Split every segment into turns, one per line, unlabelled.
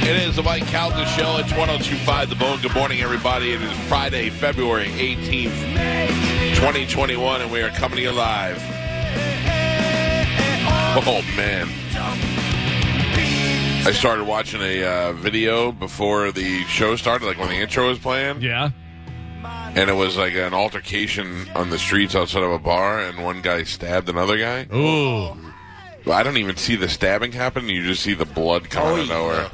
It is the Mike Calda Show. It's 1025 The Bone. Good morning, everybody. It is Friday, February 18th, 2021, and we are coming to you live. Oh, man. I started watching a uh, video before the show started, like when the intro was playing,
Yeah.
and it was like an altercation on the streets outside of a bar, and one guy stabbed another guy.
Ooh.
I don't even see the stabbing happen, you just see the blood coming out of nowhere.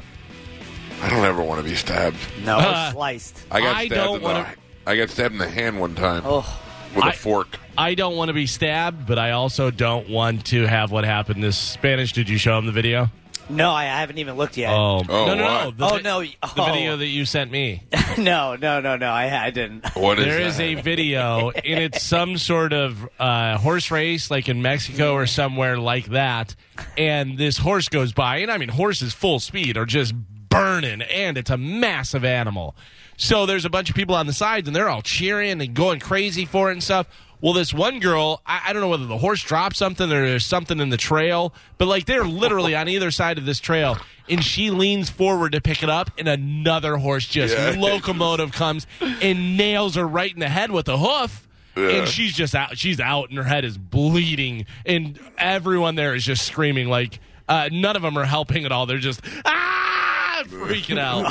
I don't ever want to be stabbed.
No,
Uh,
it's sliced.
I got
I
stabbed
don't
in
wanna-
the I got stabbed in the hand one time
Oh,
with a
I-
fork.
I don't want to be stabbed, but I also don't want to have what happened. This Spanish. Did you show him the video?
no, I haven't even looked yet.
Oh, no, no, no.
what?
The,
oh
vi-
no!
The
oh,
video that you sent me.
no, no, no, no! I, I didn't.
What is
There is
that?
a video, and it's some sort of uh, horse race, like in Mexico or somewhere like that. And this horse goes by, and I mean, horses full speed are just burning, and it's a massive animal. So there's a bunch of people on the sides, and they're all cheering and going crazy for it and stuff. Well, this one girl, I, I don't know whether the horse dropped something or there's something in the trail, but like they're literally on either side of this trail, and she leans forward to pick it up, and another horse just
Yeah.
locomotive comes and nails her right in the head with a hoof.
Yeah.
And she's just out. She's out, and her head is bleeding. And everyone there is just screaming. Like uh, none of them are helping at all. They're just ah, freaking out.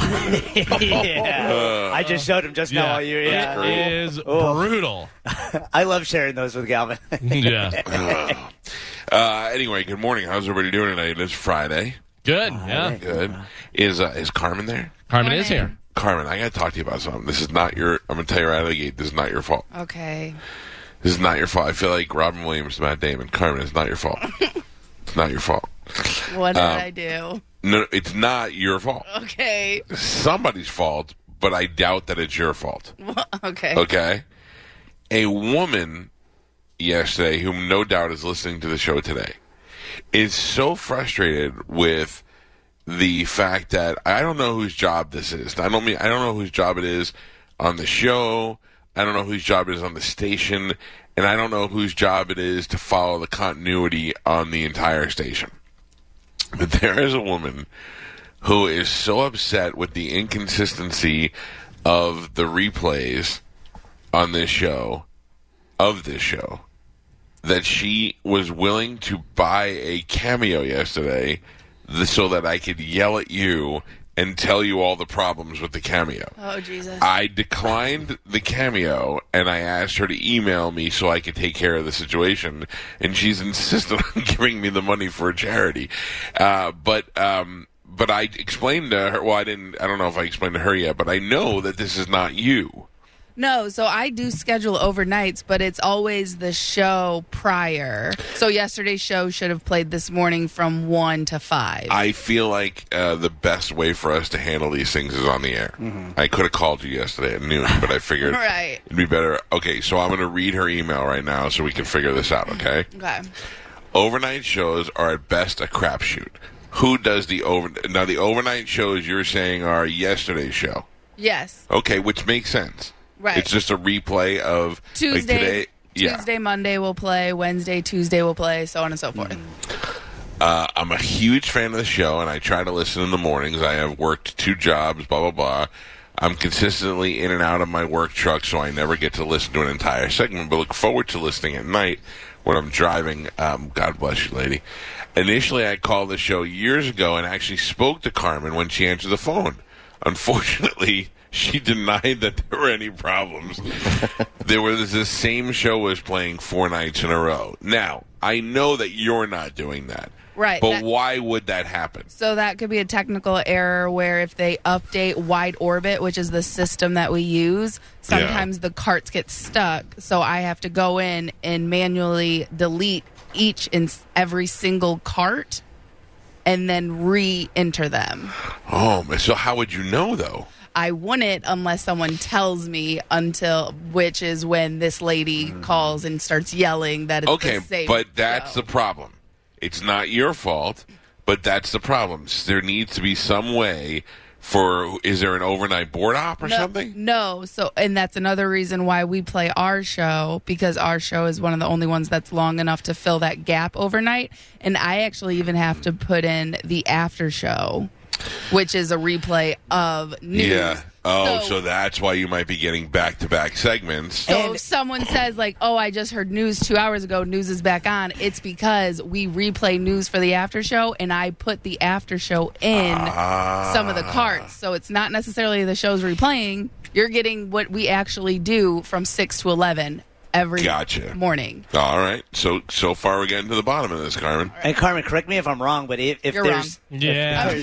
yeah, I just showed him just now. while You, yeah, Oh.
it is brutal.
I love sharing those with Galvin.
yeah,
uh, anyway, good morning. How's everybody doing tonight? It's Friday.
good. Yeah,
Good. Is uh, is Carmen there?
Carmen is here.
Carmen, I got to talk to you about something. This is not your. I'm gonna tell you right out of the gate. This is not your fault.
Uh,
Okay.
This is not your fault. I feel like Robin Williams, Matt Damon, Carmen. It's not your fault. it's not your fault.
What did I do?
No, it's not your fault.
Okay.
It's somebody's fault, but I doubt that it's your fault.
Okay.
Okay. A woman yesterday, whom no doubt is listening to the show today, is so frustrated with the fact that I don't know whose job this is. I don't mean I don't know whose job it is on the show. I don't know whose job it is on the station, and I don't know whose job it is to follow the continuity on the entire station. But there is a woman who is so upset with the inconsistency of the replays on this show of this show that she was willing to buy a cameo yesterday th- so that I could yell at you and tell you all the problems with the cameo.
Oh Jesus.
I declined the cameo and I asked her to email me so I could take care of the situation. And she's insisted on giving me the money for a charity. Uh, but, um, but I explained to her, well, I didn't, I don't know if I explained to her yet, but I know that this is not you.
No, so I do schedule overnights, but it's always the show prior. So yesterday's show should have played this morning from 1 to 5.
I feel like uh, the best way for us to handle these things is on the air. I could have called you yesterday at noon, but I figured
Mm-hmm. Right.
it'd be better. Okay, so I'm going to read her email right now so we can figure this out, okay?
okay.
Overnight shows are at best a crapshoot. Who does the over? Now, the overnight shows you're saying are yesterday's show.
Yes.
Okay, which makes sense.
Right.
It's just a replay of like,
Tuesday
today. Yeah.
Tuesday, Monday will play, Wednesday, Tuesday will play, so on and so forth.
Uh, I'm a huge fan of the show, and I try to listen in the mornings. I have worked two jobs, blah blah blah. I'm consistently in and out of my work truck, so I never get to listen to an entire segment. But look forward to listening at night when I'm driving. Um, God bless you, lady. Initially, I called the show years ago and actually spoke to Carmen when she answered the phone. Unfortunately, She denied that there were any problems. there was the same show was playing four nights in a row. Now I know that you're not doing that,
Right,
But
that-
why would that happen?
So that could be a technical error where if they update wide orbit, which is the system that we use, sometimes the carts get stuck. So I have to go in and manually delete each and s- every single cart and then re-enter them.
Oh, man, so how would you know though?
I wouldn't unless someone tells me until which is when this lady calls and starts yelling that it's
Mm. Okay,
the same
but that's
show.
the problem. It's not your fault, but that's the problem. S- There needs to be some way for is there an overnight board op or
no,
something?
No, so and that's another reason why we play our show because our show is one of the only ones that's long enough to fill that gap overnight. And I actually even have to put in the after show, which is a replay of news.
Yeah. Oh, so, that's why you might be getting back to back segments.
So
And-
if someone says like, "Oh, I just heard news 2 hours ago, news is back on." It's because we replay news for the after show and I put the after show in some of the carts. So it's not necessarily the show's replaying. You're getting what we actually do from 6 to 11 every
Gotcha.
morning.
All right. So so far we're getting to the bottom of this, Carmen.
And Carmen, correct me if I'm wrong, but if, if
You're
there's
Yeah.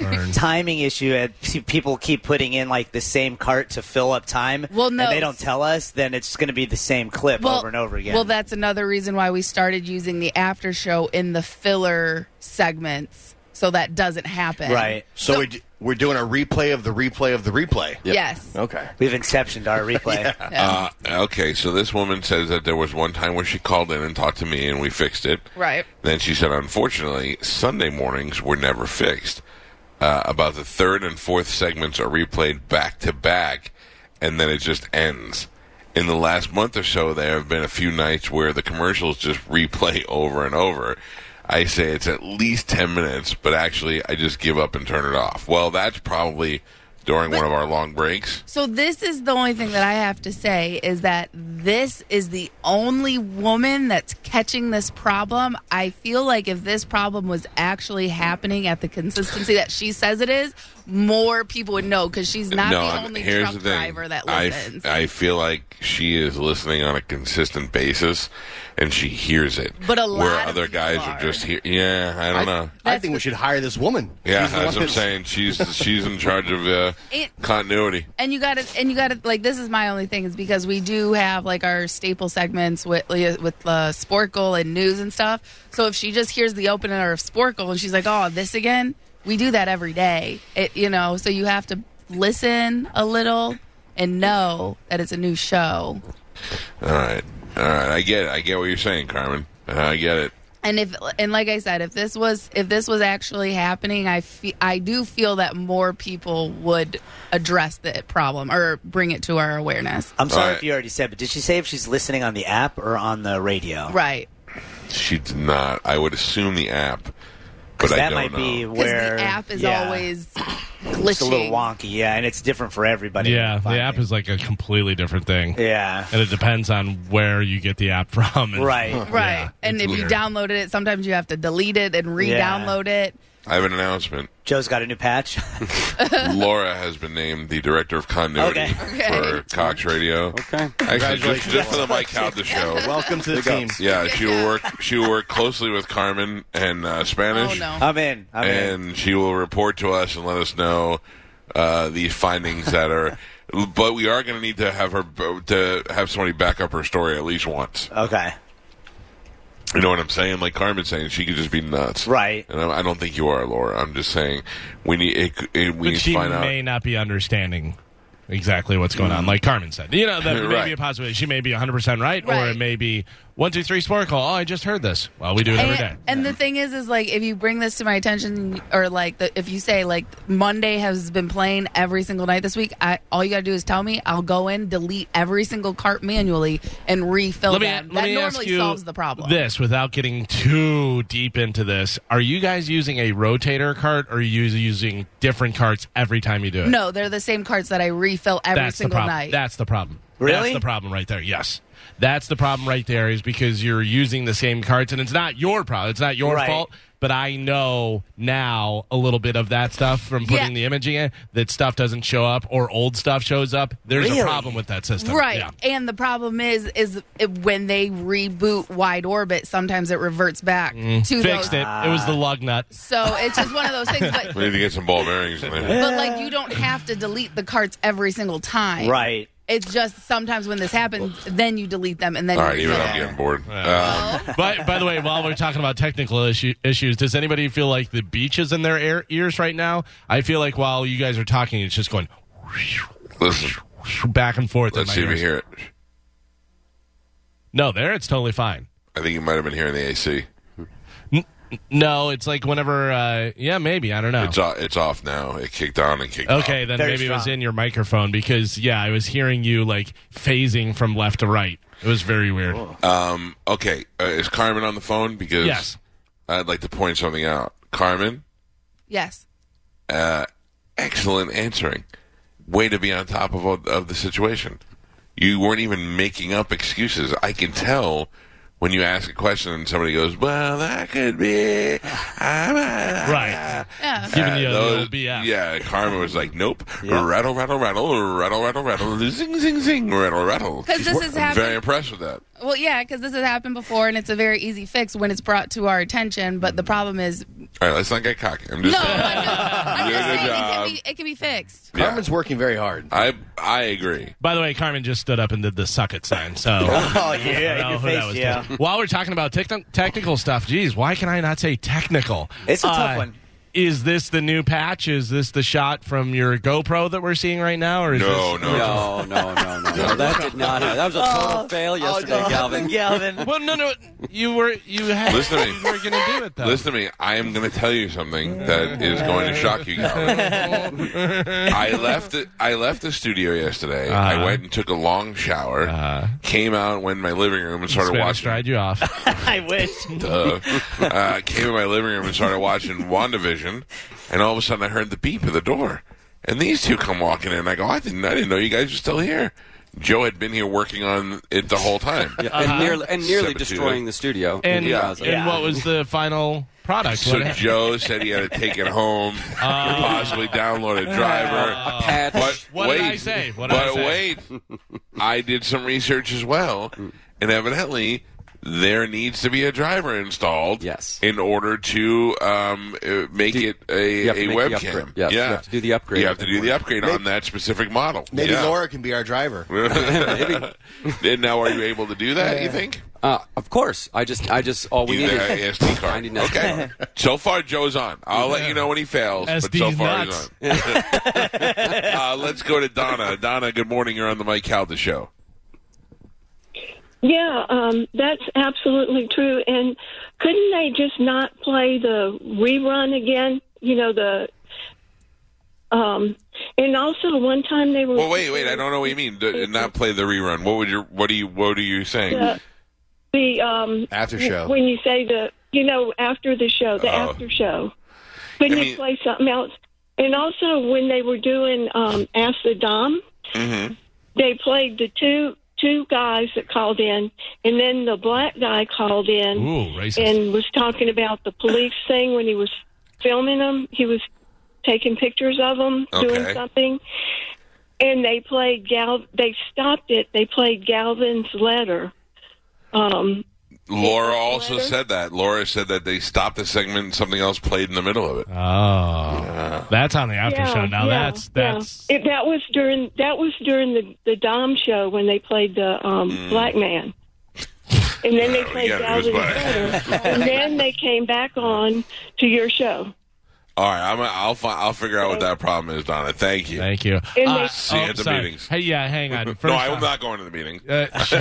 Burn.
timing issue and p- people keep putting in like the same cart to fill up time,
Well, no.
and they don't tell us, then it's going to be the same clip over and over again.
Well, that's another reason why we started using the after show in the filler segments so that doesn't happen.
right.
So, we d- we're doing a replay of the replay of the replay.
Yes.
Okay.
We've inceptioned our replay.
Uh, okay, so this woman says that there was one time where she called in and talked to me and we fixed it.
Right.
Then she said, unfortunately, Sunday mornings were never fixed. Uh, about the third and fourth segments are replayed back to back, and then it just ends. In the last month or so, there have been a few nights where the commercials just replay over and over. I say it's at least 10 minutes, but actually, I just give up and turn it off. Well, that's probably during one of our long breaks.
So this is the only thing that I have to say is that this is the only woman that's catching this problem. I feel like if this problem was actually happening at the consistency that she says it is, more people would know because she's not the
I'm-
only
here's
truck
the thing.
driver that
I f-
listens.
I feel like she is listening on a consistent basis, and she hears it.
But a lot
where
of
other
people
guys
are.
just here. Yeah, I don't know.
I
That's
think we
the-
should hire this woman.
uh, Yeah,
She's the
that's
one
what I'm
that's-
saying. She's she's in charge of uh,
It-
continuity.
and you got to and you got to like this is my only thing is because we do have like our staple segments with with uh, Sporkle and news and stuff. So if she just hears the opener of Sporkle and she's like, "Oh, this again," we do that every day. It you know, so you have to listen a little and know that it's a new show.
All right, all right. I get it. I get what you're saying, Carmen. Uh, I get it.
And if and like I said, if this was if this was actually happening, I fe- I do feel that more people would address the problem or bring it to our awareness.
I'm sorry
right.
if you already said, but did she say if she's listening on the app or on the radio?
Right.
She did not. I would assume the app, but
'Cause
I
that
don't
might
know.
be
Because
where
the app is
yeah,
always glitching.
it's a little wonky, yeah, and it's different for everybody.
Yeah, the
Finally.
app is like a completely different thing.
yeah,
And it depends on where you get the app from. and-
right.
Right.
Yeah,
and
it's
if you
weird.
downloaded it, sometimes you have to delete it and re download it.
I have an announcement.
Joe's got a new patch.
Laura has been named the director of continuity
Okay.
for
Okay.
Cox Radio.
Okay.
Actually, just,
Congratulations.
just for the Mike Calda show.
Welcome to the team.
Yeah, she will work. She will work closely with Carmen and uh,
Oh,
Spanish,
no.
I'm in. I'm in.
and she will report to us and let us know uh, the findings that are. But we are going to need to have her bo- to have somebody back up her story at least once.
Okay.
You know what I'm saying? Like Carmen's saying, she could just be nuts,
Right.
And I, I don't think you are, Laura. I'm just saying we need it, it, we
But
need
she
to find out. Mm-hmm.
may not be understanding exactly what's going on, like Carmen said. You know, that may
Right.
be a possibility. She may be 100% right, or
Right.
it may be one, two, three, sparkle. Oh, I just heard this. Well, we do it every day.
And, and the thing is, is like if you bring this to my attention, or like the, if you say like Monday has been playing every single night this week, I, all you gotta do is tell me. I'll go in, delete every single cart manually, and refill
Let me,
them.
let
that
me
normally
ask you
solves the problem.
this without getting too deep into this. Are you guys using a rotator cart or are you using different carts every time you do it?
No, they're the same carts that I refill every
That's the
single
problem.
night.
That's the problem.
Really?
That's the problem right there. Yes. That's the problem right there is because you're using the same cards and it's not your problem. It's not your
Right.
fault. But I know now a little bit of that stuff from putting
Yeah.
the imaging in that stuff doesn't show up or old stuff shows up. There's
Really?
a problem with that system.
Right.
Yeah.
And the problem is, is it, when they reboot wide orbit, sometimes it reverts back
Mm.
to
Fixed
those.
it. It was the lug nut.
So it's just one of those things.
We
But,
need to get some ball bearings in there.
but like, you don't have to delete the carts every single time.
Right.
It's just sometimes when this happens, then you delete them and then.
All
you
right, even
reset
I'm
it.
getting bored. Um,
By, by the way, while we're talking about technical issue, issues, does anybody feel like the beach is in their ear, ears right now? I feel like while you guys are talking, it's just going
listen,
back and forth. in
let's
my
see if you
ears.
hear it.
No, there it's totally fine.
I think you might have been hearing the AC.
No, it's like whenever. Uh, yeah, maybe I don't know.
It's off, it's off now. It kicked on and kicked
Okay, then
Very
maybe it was
strong.
in your microphone because yeah, I was hearing you like phasing from left to right. It was very weird.
off. Um, okay, uh, is Carmen on the phone? Because
Yes.
I'd like to point something out. Carmen,
Yes.
uh, excellent answering. Way to be on top of all- of the situation. You weren't even making up excuses. I can tell when you ask a question and somebody goes, "Well, that could be." ah, I'm a-
Right.
Yeah.
Giving
Uh,
you
those-
the old BS.
Yeah, Karma was like, nope. Rattle, rattle, rattle, rattle, rattle, rattle, zing, zing, zing, rattle, rattle.
'Cause this has
I'm
happened-
very impressed with that.
Well, yeah, because this has happened before, and it's a very easy fix when it's brought to our attention. But the problem is,
All right, let's not get cocky. I'm
no,
just
no,
saying.
I'm
You
just
did a
saying it can,
job.
be, it can be fixed.
Yeah.
Carmen's working very hard.
I I agree.
By the way, Carmen just stood up and did the suck it sign. So.
Oh yeah,
I don't
in
know
your
who that
face.
was
Yeah.
to. While we're talking about tec- technical stuff, geez, why can I not say technical? Uh,
It's a tough one.
Is this the new patch? Is this the shot from your GoPro that we're seeing right now? Or is
No,
this-
no, no.
No, no, no, no, no. That did not happen. That was a total fail yesterday, Galvin.
Galvin.
Well, no, no. You were you had
Listen to me.
you were going to do it though.
Listen to me. I am going to tell you something that is going to shock you, Carmen. I left the, I left the studio yesterday.
Uh-huh.
I went and took a long shower. Came out, went in my living room, and started
Spanish
watching
dried you off.
I wish.
uh, uh, came in my living room and started watching WandaVision, and all of a sudden I heard the beep of the door, and these two come walking in. I go, I didn't, I didn't know you guys were still here. Joe had been here working on it the whole time.
Yeah, and nearly, and nearly
Saboteur.
destroying the studio.
And
yeah, I was
and
like,
what was the final product?
So
What happened? Ah.
Joe said he had to take it home, possibly download a driver.
a patch.
But
What
wait,
did I say? What did
but
I say?
wait, I did some research as well, and evidently there needs to be a driver installed.
Yes.
in order to um, uh, make it a,
you have
a
to make the
webcam.
upgrade. Yes, you
yeah,
have to do the upgrade.
You have to do the upgrade on that specific model.
Maybe
yeah.
Laura can be our driver.
and now, are you able to do that? You think?
uh, of course. I just, I just, all we
You
needed.
have a SD card.
I need an SD
okay. So far, Joe's on. I'll let you know when he fails. but so
SD's
far,
nuts.
he's on. uh, let's go to Donna. Donna, good morning. You're on the Mike Calda show.
Yeah, um, that's absolutely true. And couldn't they just not play the rerun again? You know the. Um, and also one time they were.
Well, wait, wait. I don't know what you mean. D- not play the rerun. What would your? What are you? What are you saying?
The, the um
After show.
when you say the you know after the show the
Oh.
after show. Couldn't
I
they
mean-
play something else? And also when they were doing um, Ask the Dom,
Mhm.
they played the two two guys that called in, and then the black guy called in.
Ooh, racist.
and was talking about the police thing when he was filming them. He was taking pictures of them
Okay.
doing something, and they played Gal. They stopped it. They played Galvin's letter. Um,
Laura also
Letter.
said that. Laura said that they stopped the segment and something else played in the middle of it.
Uh, oh, that's on the after
yeah,
show. Now
yeah,
that's that's
yeah. It, that was during that was during the the Dom show when they played the um,
Mm.
black man. And then they
Oh,
played
yeah, it was
Galvin's
black.
letter, and then they came back on to your show.
All right, I'm, I'll fi- I'll figure out what that problem is, Donna. Thank you.
Thank you. Uh, oh,
And they-
See you at the
sorry.
meetings.
Hey, yeah, hang on. First
no, I'm
off- uh,
not going to the meeting.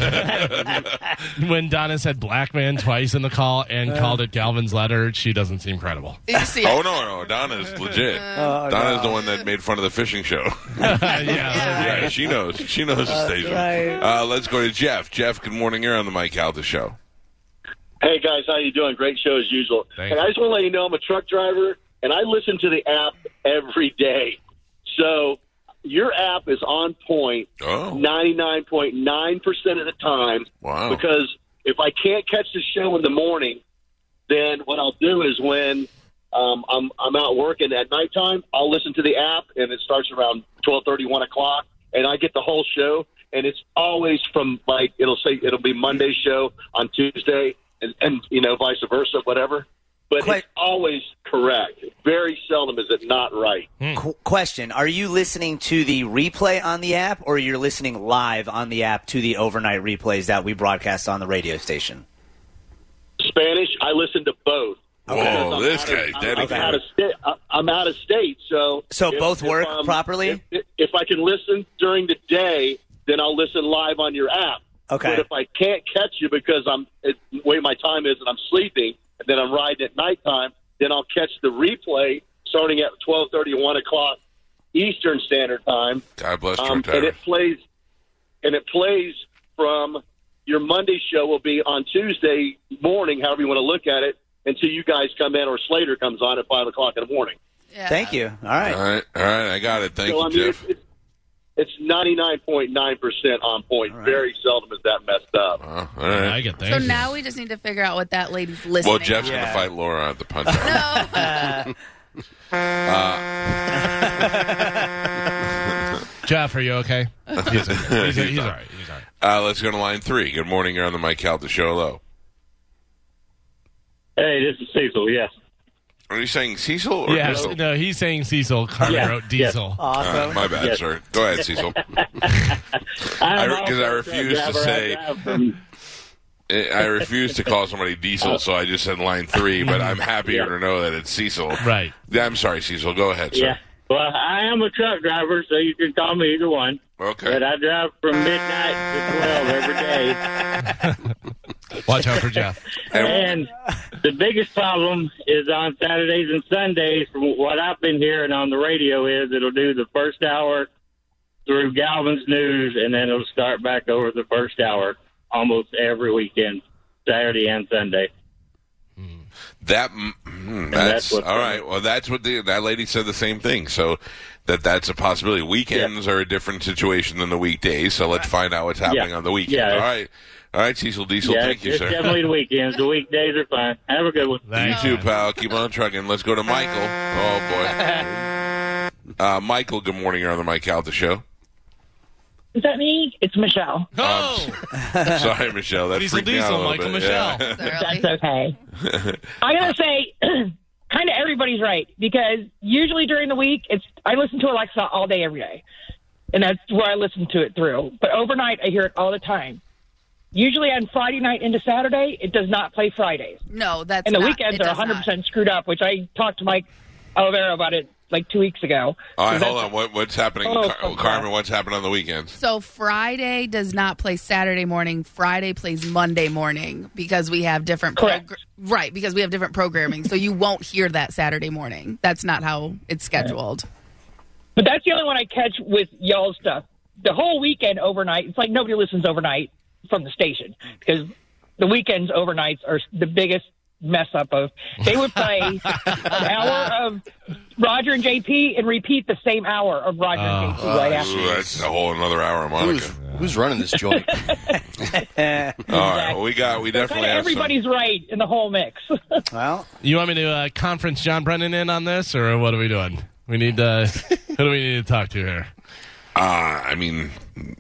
when Donna said black man twice in the call and called it Galvin's letter, she doesn't seem credible.
You see,
Oh no, no, Donna's legit.
Oh,
Donna's the one that made fun of the fishing show.
yeah.
yeah, she knows. She knows the station. Uh, let's go to Jeff. Jeff, good morning. You're on the Mike Alta show.
Hey guys, how you doing? Great show as usual.
Thanks.
Hey, I just want to let you know I'm a truck driver and I listen to the app every day. So your app is on point
Oh,
99.9% of the time
wow.
because if I can't catch the show in the morning, then what I'll do is when um, I'm I'm out working at nighttime, I'll listen to the app, and it starts around twelve thirty, one o'clock, and I get the whole show, and it's always from like it'll say it'll be Monday's show on Tuesday, and, and you know vice versa, whatever. But
Quite-
it's always correct. Very seldom is it not right.
Hmm.
Qu- question: Are you listening to the replay on the app, or you're listening live on the app to the overnight replays that we broadcast on the radio station?
Spanish. I listen to both. Because
Whoa,
I'm
this
out of-
guy's
I'm-
dedicated.
I'm out of state. I'm out of state, so
So both work properly?
If, if I can listen during the day, then I'll listen live on your app.
Okay.
But if I can't catch you because I'm it, way my time is and I'm sleeping, and then I'm riding at nighttime, then I'll catch the replay starting at twelve thirty, one o'clock Eastern Standard Time,
God bless
um,
Trump
and
Tower.
it plays and it plays from your Monday show will be on Tuesday morning, however you want to look at it, until you guys come in or Slater comes on at five o'clock in the morning.
Yeah.
Thank you. All
All
right.
right, all right, I got it. Thank
so
you,
I mean,
Jeff.
it's it's ninety nine point nine percent on point. Very seldom is that messed up.
Wow, Oh, all right.
I get
So
things.
now we just need to figure out what that lady's listening.
Well, Jeff's
to.
going to
Yeah.
fight Laura at the punch. out.
No.
Jeff, are you okay? He's, okay. he's, he's all right. He's all right.
uh, let's go to line three. Good morning. You're on the Mike Calta show. Hello.
Hey, this is Cecil. Yes.
Are you saying Cecil or
Yeah,
Diesel?
no, he's saying Cecil. Carter wrote Diesel.
All
Awesome.
right, my bad,
Yes.
sir. Go ahead, Cecil. I re-
I
'cause I refuse to say- Eh, I refuse to call somebody
Uh,
Diesel, so I just said line three, but I'm happier to know that it's Cecil.
Right.
Yeah, I'm sorry, Cecil. Go ahead,
Yeah.
sir.
Well, I am a truck driver, so you can call me either one. But
Okay.
I drive from midnight to twelve every day.
Watch out for Jeff.
And the biggest problem is on Saturdays and Sundays, from what I've been hearing on the radio, is it'll do the first hour through Galvin's News, and then it'll start back over the first hour almost every weekend, Saturday and Sunday.
That mm, mm,
that's
that's
what-
all right. Well, that's what the, that lady said the same thing. So that that's a possibility. Weekends are a different situation than the weekdays. So let's find out what's happening
Yeah.
on the weekend.
Yeah.
All right, all right, Cecil Diesel.
yeah,
thank you,
it's
sir.
definitely the weekends. The weekdays are fine. Have a good one.
You too, pal. Keep on trucking. Let's go to Michael. Oh boy. Uh, Michael, good morning. You're on the Mike Calta show.
Is that me? It's Michelle.
Oh,
Sorry, Michelle. That
Diesel,
freaked me out a
Diesel,
little
Michael,
bit.
Michelle.
Yeah.
Sorry.
That's okay. I gotta say, kind of everybody's right because usually during the week, it's I listen to Alexa all day every day, and that's where I listen to it through. But overnight, I hear it all the time. Usually on Friday night into Saturday, it does not play Fridays,
No, that's
and the
not-
weekends
it
are
does
100
not.
percent screwed up. Which I talked to Mike Olivero about it like two weeks ago.
All right, hold on. What, what's happening,
Oh,
Car-
come on.
Carmen? What's happening on the weekends?
So Friday does not play Saturday morning. Friday plays Monday morning because we have different
Correct.
right because we have different programming. so you won't hear that Saturday morning. That's not how it's scheduled.
But that's the only one I catch with y'all stuff. The whole weekend overnight, it's like nobody listens overnight from the station because the weekends overnights are the biggest mess up of. They would play an hour of Roger and JP and repeat the same hour of Roger and JP right after.
Ooh, that's a whole another hour,
Who's,
Monica.
who's running this joint?
All right, well, we got we
Kind
definitely
of
have some-
everybody's right in the whole mix.
Well,
you want me to uh, conference John Brennan in on this, or what are we doing? We need uh, who do we need to talk to here?
Uh, I mean,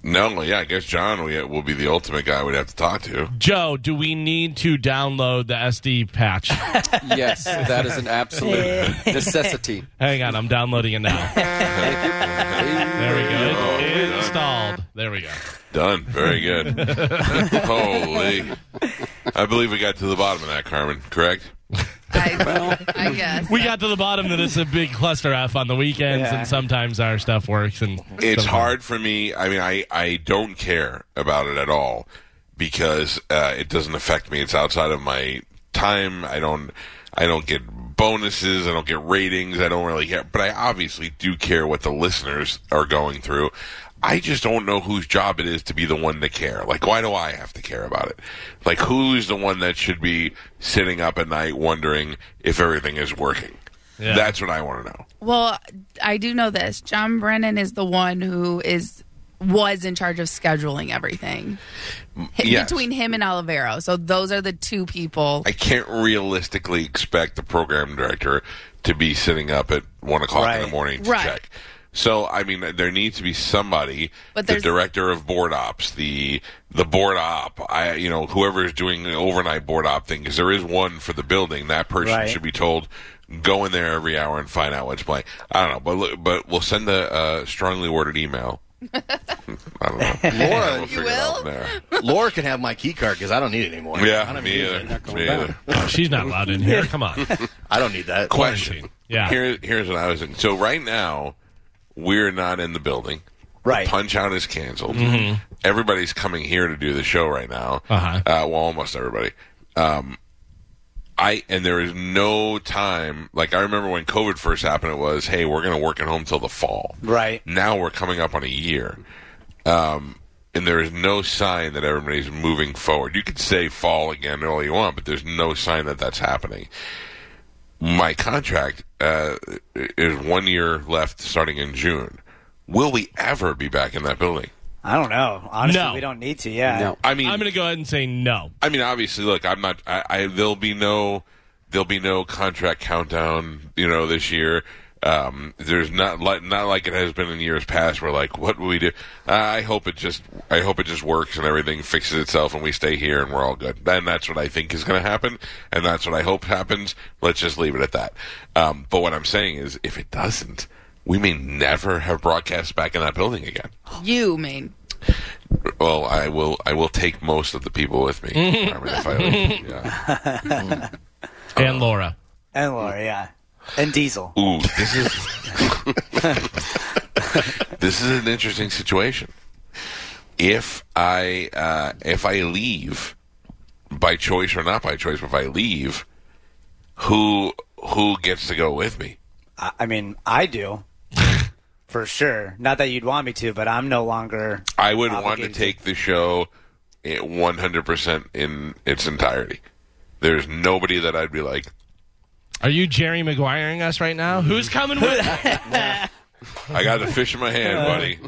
no, yeah, I guess John will, will be the ultimate guy we'd have to talk to.
Joe, do we need to download the SD patch?
yes, that is an absolute necessity.
Hang on, I'm downloading it now. There we go. It is installed. There we go.
Done. Very good. Holy. I believe we got to the bottom of that, Carmen, correct?
I, I guess.
We got to the bottom that it's a big cluster F on the weekends,
Yeah.
and sometimes our stuff works. And
It's
sometimes-
hard for me. I mean, I, I don't care about it at all because uh, it doesn't affect me. It's outside of my time. I don't I don't get bonuses. I don't get ratings. I don't really care. But I obviously do care what the listeners are going through. I just don't know whose job it is to be the one to care. Like, why do I have to care about it? Like, who's the one that should be sitting up at night wondering if everything is working?
Yeah.
That's what I want to know.
Well, I do know this. John Brennan is the one who is was in charge of scheduling everything H-
yes.
between him and Olivero. So those are the two people.
I can't realistically expect the program director to be sitting up at one o'clock in
Right.
the morning to
Right.
check. So I mean, there needs to be somebody,
But
the
there's-
director of board ops, the the board op, I you know whoever is doing the overnight board op thing, because there is one for the building. That person
Right.
should be told go in there every hour and find out what's playing. I don't know, but look- but we'll send a uh, strongly worded email. I don't know.
Laura-
We'll
You
figure it
will?
out from there.
Laura can have my key card because I don't need it anymore. I
Yeah,
don't
me
need it.
either.
going
Me
back.
either.
She's not allowed in here. Come on.
I don't need that.
Question.
Yeah.
Here, here's what I was thinking. So right now, we're not in the building.
Right.
Punch out is canceled. Everybody's coming here to do the show right now.
Mm-hmm. Uh-huh.
Uh, well, almost everybody. Um, I and there is no time. Like I remember when COVID first happened, it was, "Hey, we're going to work at home till the fall."
Right.
Now we're coming up on a year, um, and there is no sign that everybody's moving forward. You could say fall again all you want, but there's no sign that that's happening my contract uh, is one year left starting in June. Will we ever be back in that building?
I don't know. Honestly,
No.
we don't need to. Yeah.
No.
I mean,
I'm going to go ahead and say no.
I mean, obviously, look, I'm not. I, I there'll be no there'll be no contract countdown. You know, this year. Um, there's not like not like it has been in years past. Where like, what will we do? I hope it just I hope it just works and everything fixes itself and we stay here and we're all good. And that's what I think is going to happen, and that's what I hope happens. Let's just leave it at that. Um, but what I'm saying is, if it doesn't, we may never have broadcast back in that building again.
You mean
Well, I will. I will take most of the people with me. I mean, if I leave, yeah.
And Laura.
And Laura, yeah. And Diesel.
Ooh, this is this is an interesting situation. If I uh, if I leave by choice or not by choice, but if I leave, who who gets to go with me?
I, I mean, I do. For sure. Not that you'd want me to, but I'm no longer.
I would want to
Obligated.
take the show one hundred percent in its entirety. There's nobody that I'd be like,
Are you Jerry Maguireing us right now? Who's coming with
Uh,
I got a fish in my hand, buddy.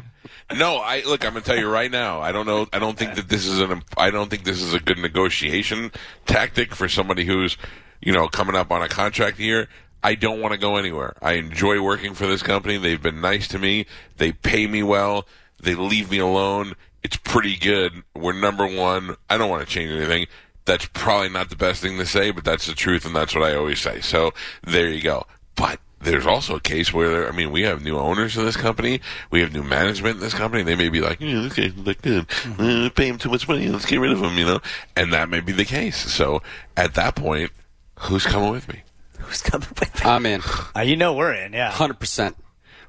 No, I look. I'm gonna tell you right now. I don't know. I don't think that this is an. I don't think this is a good negotiation tactic for somebody who's, you know, coming up on a contract year. I don't want to go anywhere. I enjoy working for this company. They've been nice to me. They pay me well. They leave me alone. It's pretty good. We're number one. I don't want to change anything. That's probably not the best thing to say, but that's the truth, and that's what I always say. So there you go. But there's also a case where there, I mean, we have new owners in this company, we have new management in this company. They may be like, yeah, this guy's not good. Uh, pay him too much money. Let's get rid of him. You know, and that may be the case. So at that point, who's coming with me?
Who's coming with me?
I'm in.
Uh, you know we're in, yeah.
100%.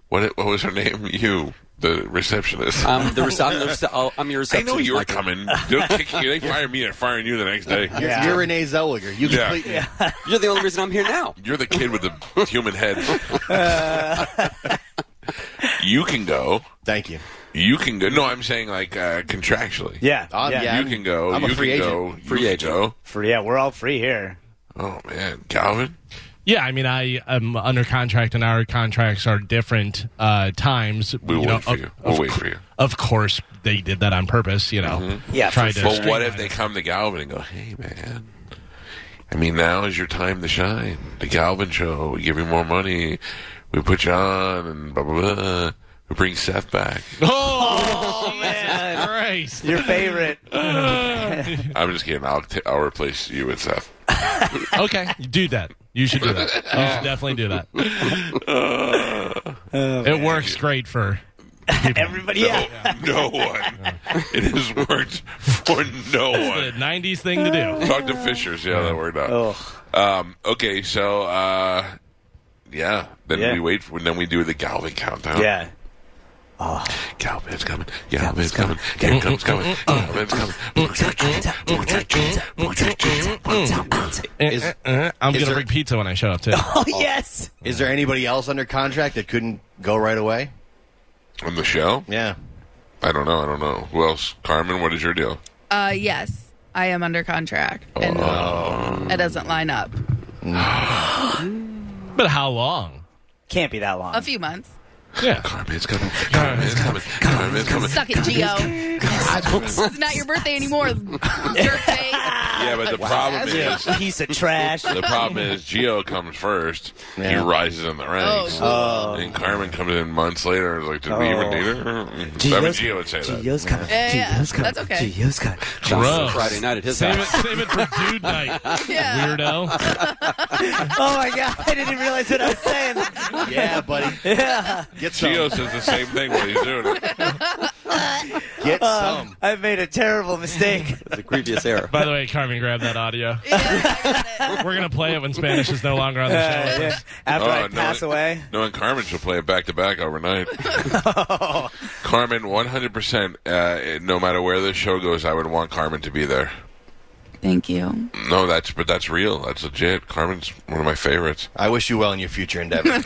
What what was her name? You, the receptionist.
I'm, Um, the, rece- I'm, the, rece- oh, I'm your
I
receptionist.
know you were
Michael.
coming. They're kicking you. They fire me. They're firing you the next day.
Yeah.
You're Renee Zellweger. You
Yeah.
complete me.
You're the only reason I'm here now.
You're the kid with the human head. you can go.
Thank you.
You can go. No, I'm saying like uh, contractually.
Yeah.
Um,
yeah.
yeah.
You can go.
I'm a
you
free
can
agent.
Go.
Free
you
agent.
Can go.
For, yeah, we're all free here.
Oh man, Calvin.
Yeah, I mean, I am under contract, and our contracts are different uh, times.
We will
know,
wait for
of-
you. We'll
of
wait
cou-
for you.
Of course, they did that on purpose. You know,
Yeah,
Try
for
to.
Mm-hmm. But what
streamline
if they
it.
come to Galvin and go, "Hey man, I mean now is your time to shine. The Galvin Show. We give you more money. We put you on, and blah blah blah. We bring Seth back.
Oh, man, Christ!
Your favorite.
I'm just kidding. I'll t- I'll replace you with Seth.
Okay, you do that. You should do that. You should definitely do that.
Uh,
it works great for.
Everybody, yeah.
No, no one. It has worked for no
The
one.
'90s thing to do.
Talk to Fishers. Yeah, that worked out.
Oh,
Um, okay, so uh, yeah, then
Yeah.
we wait for then we do the Galvin countdown.
yeah.
Galvin's coming. Galvin's coming. Galvin's coming. Galvin's coming.
Is,
eh, I'm
Is
gonna
there-
bring pizza when I show up too.
Oh, yes.
is there anybody else under contract that couldn't go right away?
On the show?
Yeah.
I don't know. I don't know. Who else? Carmen, what is your deal?
uh yes, I
Oh.
um, am under contract and that doesn't line up.
But how long?
Can't be that long.
A few months.
Yeah.
Carmen's coming. Carmen's coming. Carmen's coming.
Suck it, Geo. it's not your birthday anymore. Jerk face.
Yeah, but the problem is,
Piece of trash. Oh,
the problem is, Geo comes first. He
Yeah.
rises in the
Oh,
ranks.
Oh,
And Carmen comes in months later and is like, did we even need her? I mean, Geo would say that.
Gio's coming.
Yeah, yeah.
Gio's coming.
That's okay.
Gio's coming.
Gross.
Friday night at his
Save it,
house.
save it for dude night,
Yeah.
weirdo.
Oh my god! I didn't even realize what I was saying.
Yeah, buddy.
Yeah.
Get some.
Geo says the same thing while he's doing it.
Get
Uh,
some.
I made a terrible mistake.
It's a grievous error.
By the way, Carmen, grab that audio.
Yeah, I got it.
We're gonna play it when Spanish is no longer on the show.
Uh, yeah. After
Oh,
I
no,
pass
it-
away.
No, and Carmen should play it back to back overnight. Carmen, 100%, uh, no matter where this show goes, I would want Carmen to be there.
Thank you.
No, that's but that's real. That's legit. Carmen's one of my favorites.
I wish you well in your future endeavors.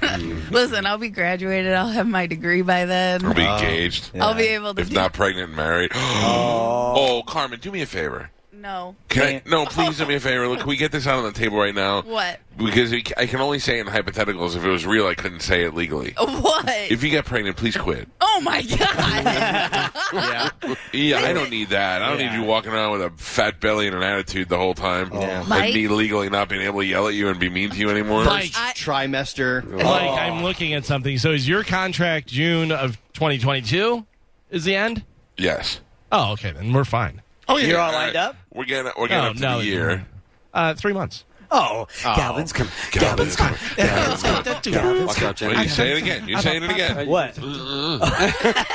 Listen, I'll be graduated. I'll have my degree by then.
I'll be engaged.
I'll be able to
If
do
not pregnant and married. oh, Carmen, do me a favor.
no.
Can I, no, please do me a favor. Look, can we get this out on the table right now?
What?
Because we ca- I can only say it in hypotheticals. If it was real, I couldn't say it legally.
Oh. What?
If you get pregnant, please quit.
oh my god.
yeah.
Yeah, I don't need that. I don't need you walking around with a fat belly and an attitude the whole time.
Mike?
And me legally not being able to yell at you and be mean to you anymore.
Mike,
I-
Trimester.
Mike, I'm looking at something. So is your contract June of 2022? Is the end?
Yes.
Oh, okay, then we're fine.
Oh yeah.
You're all lined up?
We're getting we're getting
No,
up to
no,
the
you
year.
weren't. Uh, three months.
Oh, Galvin's coming. Galvin's coming. Galvin's coming.
Watch out, Jenny.
Well, you say it again. You say it again.
What?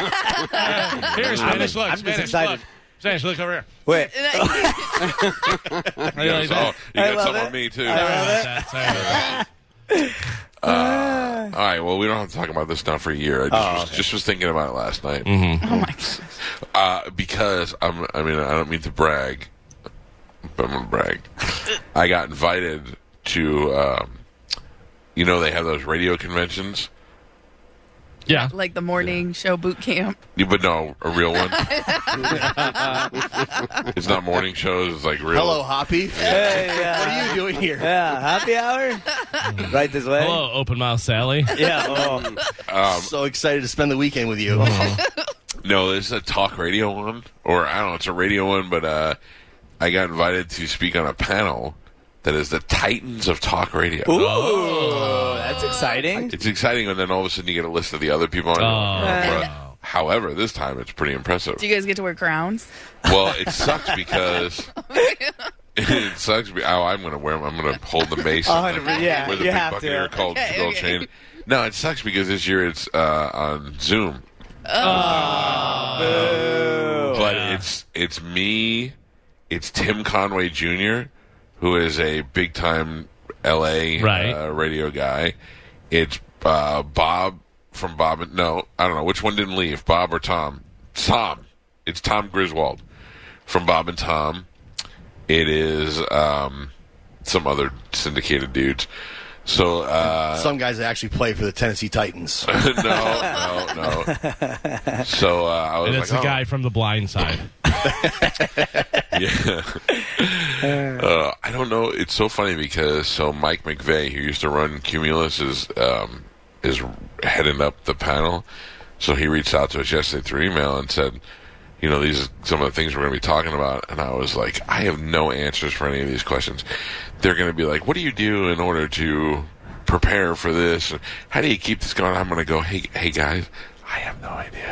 Here, Spanish, look.
I'm just
Spanish,
excited.
look. Spanish, look over here.
Wait.
You got,
that.
some, Oh, you
I
got
love
some
it.
on me too.
Sorry about that. Sorry about that.
all right. Well, we don't have to talk about this now for a year. I just, was, just was thinking about it last night.
oh my god.
Uh, because I'm. I mean, I don't mean to brag, but I'm gonna brag. I got invited to. Um, you know, they have those radio conventions.
Yeah.
Like the morning show boot camp.
Yeah, But no, a real one. it's not morning shows. It's like real.
Hello, Hoppy.
Hey,
What
yeah.
are you doing here?
Yeah, happy hour? Right this way?
Hello, open mouth Sally.
Mm. Yeah. Oh.
so excited to spend the weekend with you.
No, this is a talk radio one, or I don't know, it's a radio one, but uh, I got invited to speak on a panel that is the Titans of Talk Radio.
Ooh, that's exciting.
It's exciting, and then all of a sudden you get a list of the other people. On it.
Oh.
But, however, this time it's pretty impressive.
Do you guys get to wear crowns?
Well, it sucks because. It sucks. be- Oh, I'm gonna wear. I'm gonna hold the mace.
A
and
hundred-
like,
yeah,
with a
you
big
have to.
buccaneer called
Okay,
gold
okay.
chain. No, it sucks because this year it's uh, on Zoom.
Oh.
But it's it's me, it's Tim Conway Jr., who is a big time L.A.
Right.
Uh, radio guy. It's uh, Bob from Bob. and- No, I don't know which one didn't leave, Bob or Tom. Tom. It's Tom Griswold from Bob and Tom. It is um, some other syndicated dudes. So uh,
Some guys that actually play for the Tennessee Titans.
no, no, no. So uh, I was
And
like,
it's the
oh.
guy from The Blind Side.
yeah. uh, I don't know. It's so funny because so Mike McVeigh, who used to run Cumulus, is um, is heading up the panel. So he reached out to us yesterday through email and said, you know, these are some of the things we're going to be talking about. And I was like, I have no answers for any of these questions. They're going to be like, what do you do in order to prepare for this? How do you keep this going? I'm going to go, hey, hey guys. I have no idea.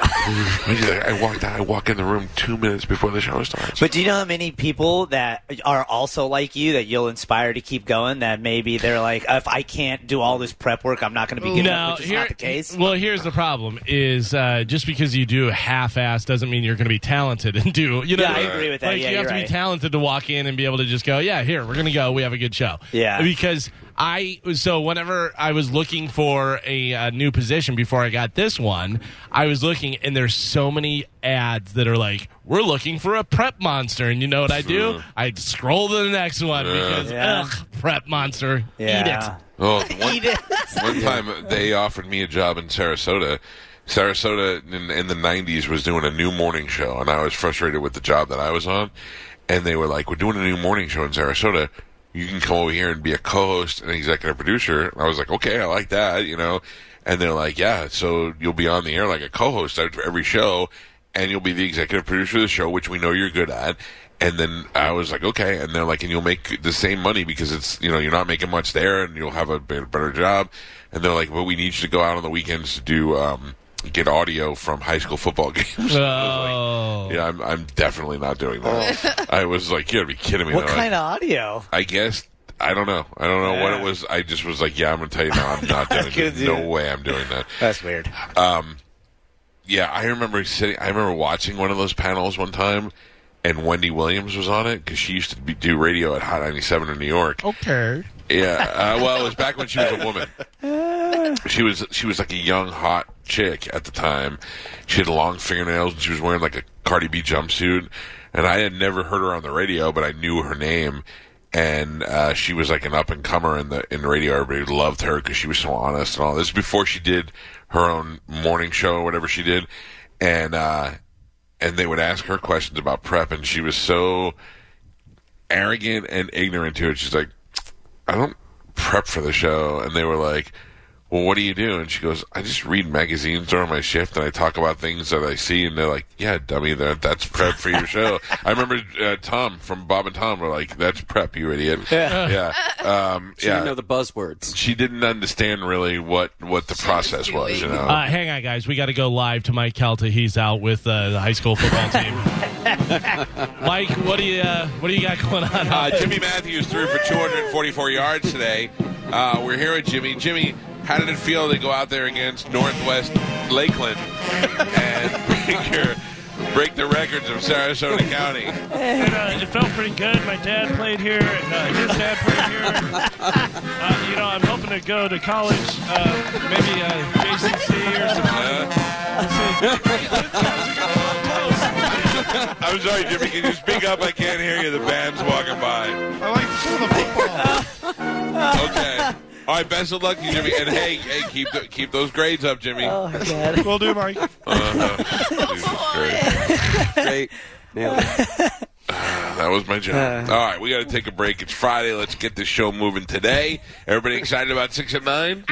And he's like, I walked out. I walk in the room two minutes before the show starts.
But do you know how many people that are also like you that you'll inspire to keep going? That maybe they're like, if I can't do all this prep work, I'm not going to be good enough, which is not the case.
Well, here's the problem: is uh, just because you do half-ass doesn't mean you're going to be talented and do. You know,
Yeah, I agree with that.
Like
Yeah,
you have
you're
to
right.
be talented to walk in and be able to just go, yeah, here we're going to go. We have a good show.
Yeah.
because I so whenever I was looking for a, uh new position before I got this one, I was looking and there's so many ads that are like, we're looking for a prep monster, and you know what I do? I'd scroll to the next one because
Hmm. Yeah.
ugh, prep monster, eat it.
Yeah.
Oh, one, one time they offered me a job in Sarasota. Sarasota in, in the 90s was doing a new morning show, and I was frustrated with the job that I was on. And they were like, We're doing a new morning show in Sarasota. you can come over here and be a co-host and executive producer. And I was like, okay, I like that, you know. And they're like, yeah, so you'll be on the air like a co-host after every show, and you'll be the executive producer of the show, which we know you're good at. And then I was like, okay. And they're like, and you'll make the same money because it's, you know, you're not making much there and you'll have a be- better job. And they're like, well, we need you to go out on the weekends to do, um, get audio from high school football games.
Oh.
yeah, I'm, I'm definitely not doing
Oh.
that. I was like, you gotta be kidding me.
What
They're like,
kind of audio?
I guess I don't know. I don't know what it
Yeah.
was. I just was like, yeah, I'm gonna tell you now. I'm not doing
gonna
that.
do
No
it.
way, I'm doing that.
That's weird.
Yeah, I remember sitting. I remember watching one of those panels one time, and Wendy Williams was on it because she used to be, do radio at Hot 97 in New York.
Okay.
Yeah, uh, well, it was back when she was a woman. She was she was like a young hot chick at the time. She had long fingernails and she was wearing like a Cardi B jumpsuit. And I had never heard her on the radio, but I knew her name. And uh, she was like an up and comer in the in radio. Everybody loved her because she was so honest and all. This is before she did her own morning show or whatever she did. And uh, and they would ask her questions about prep, and she was so arrogant and ignorant to it. She's like, I don't prep for the show. And they were like, Well, what do you do? And she goes, I just read magazines during my shift and I talk about things that I see. And they're like, Yeah, dummy, that, that's prep for your show. I remember uh, Tom from Bob and Tom were like, That's prep, you idiot. Yeah. Um,
She
yeah.
didn't know the buzzwords.
she didn't understand really what, what the process was, you know?
Uh, hang on, guys. We got to go live to Mike Calta. He's out with uh, the high school football team. Mike, what do you uh, what do you got going on?
Uh, Jimmy Matthews threw for 244 yards today. Uh, we're here with Jimmy. Jimmy, how did it feel to go out there against Northwest Lakeland and break, your, break the records of Sarasota County?
it felt pretty good. My dad played here, and uh, his dad played here. Uh, you know, I'm hoping to go to college, uh, maybe uh, JCC or something.
Uh, I'm sorry, Jimmy. Can you speak up? I can't hear you. The band's walking by.
I like some of the football.
Okay. All right. Best of luck to you, Jimmy. And hey, hey, keep th- keep those grades up, Jimmy.
Will do, Mike.
Uh-huh. Great.
Great. Nailed it.
That was my job. All right, we got to take a break. It's Friday. Let's get this show moving today. Everybody excited about six and nine?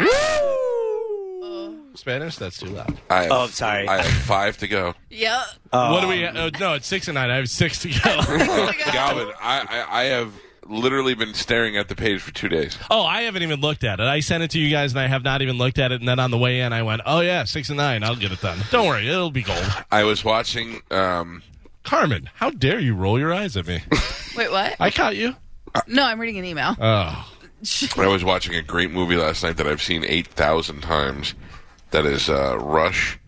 Spanish? That's too loud.
I have,
Oh, I'm sorry.
I have five to go.
Yep.
What do we? Uh, no, it's six and nine. I have six to go.
Oh my God.
Galvin, I, I, I have literally been staring at the page for two days.
oh, I haven't even looked at it. I sent it to you guys, and I have not even looked at it. And then on the way in, I went, "Oh yeah, six and nine. I'll get it done. Don't worry, it'll be gold."
I was watching. Um,
Carmen, how dare you roll your eyes at me?
Wait, what?
I caught you.
No, I'm reading an email.
Oh,
I was watching a great movie last night that I've seen eight thousand times. That is uh, Rush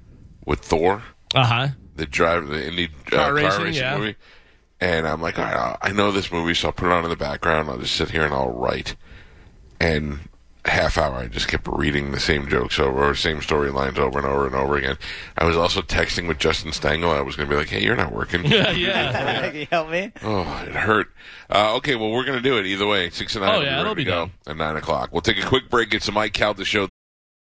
with Thor.
uh huh.
the drive the indie uh,
Car
car,
racing,
racing,
yeah.
movie. And I'm like, all right, I'll- I know this movie, so I'll put it on in the background. I'll just sit here and I'll write. And half hour, I just kept reading the same jokes over, or same storylines over and over and over again. I was also texting with Justin Stengel. I was going to be like, hey, you're not working.
yeah.
Can you help me?
Oh, it hurt. Uh, okay, well, we're going to do it either way. Six and nine.
Oh,
we'll
yeah,
ready
it'll
to
be
go
done.
at nine o'clock. We'll take a quick break. Get some Mike Calda show.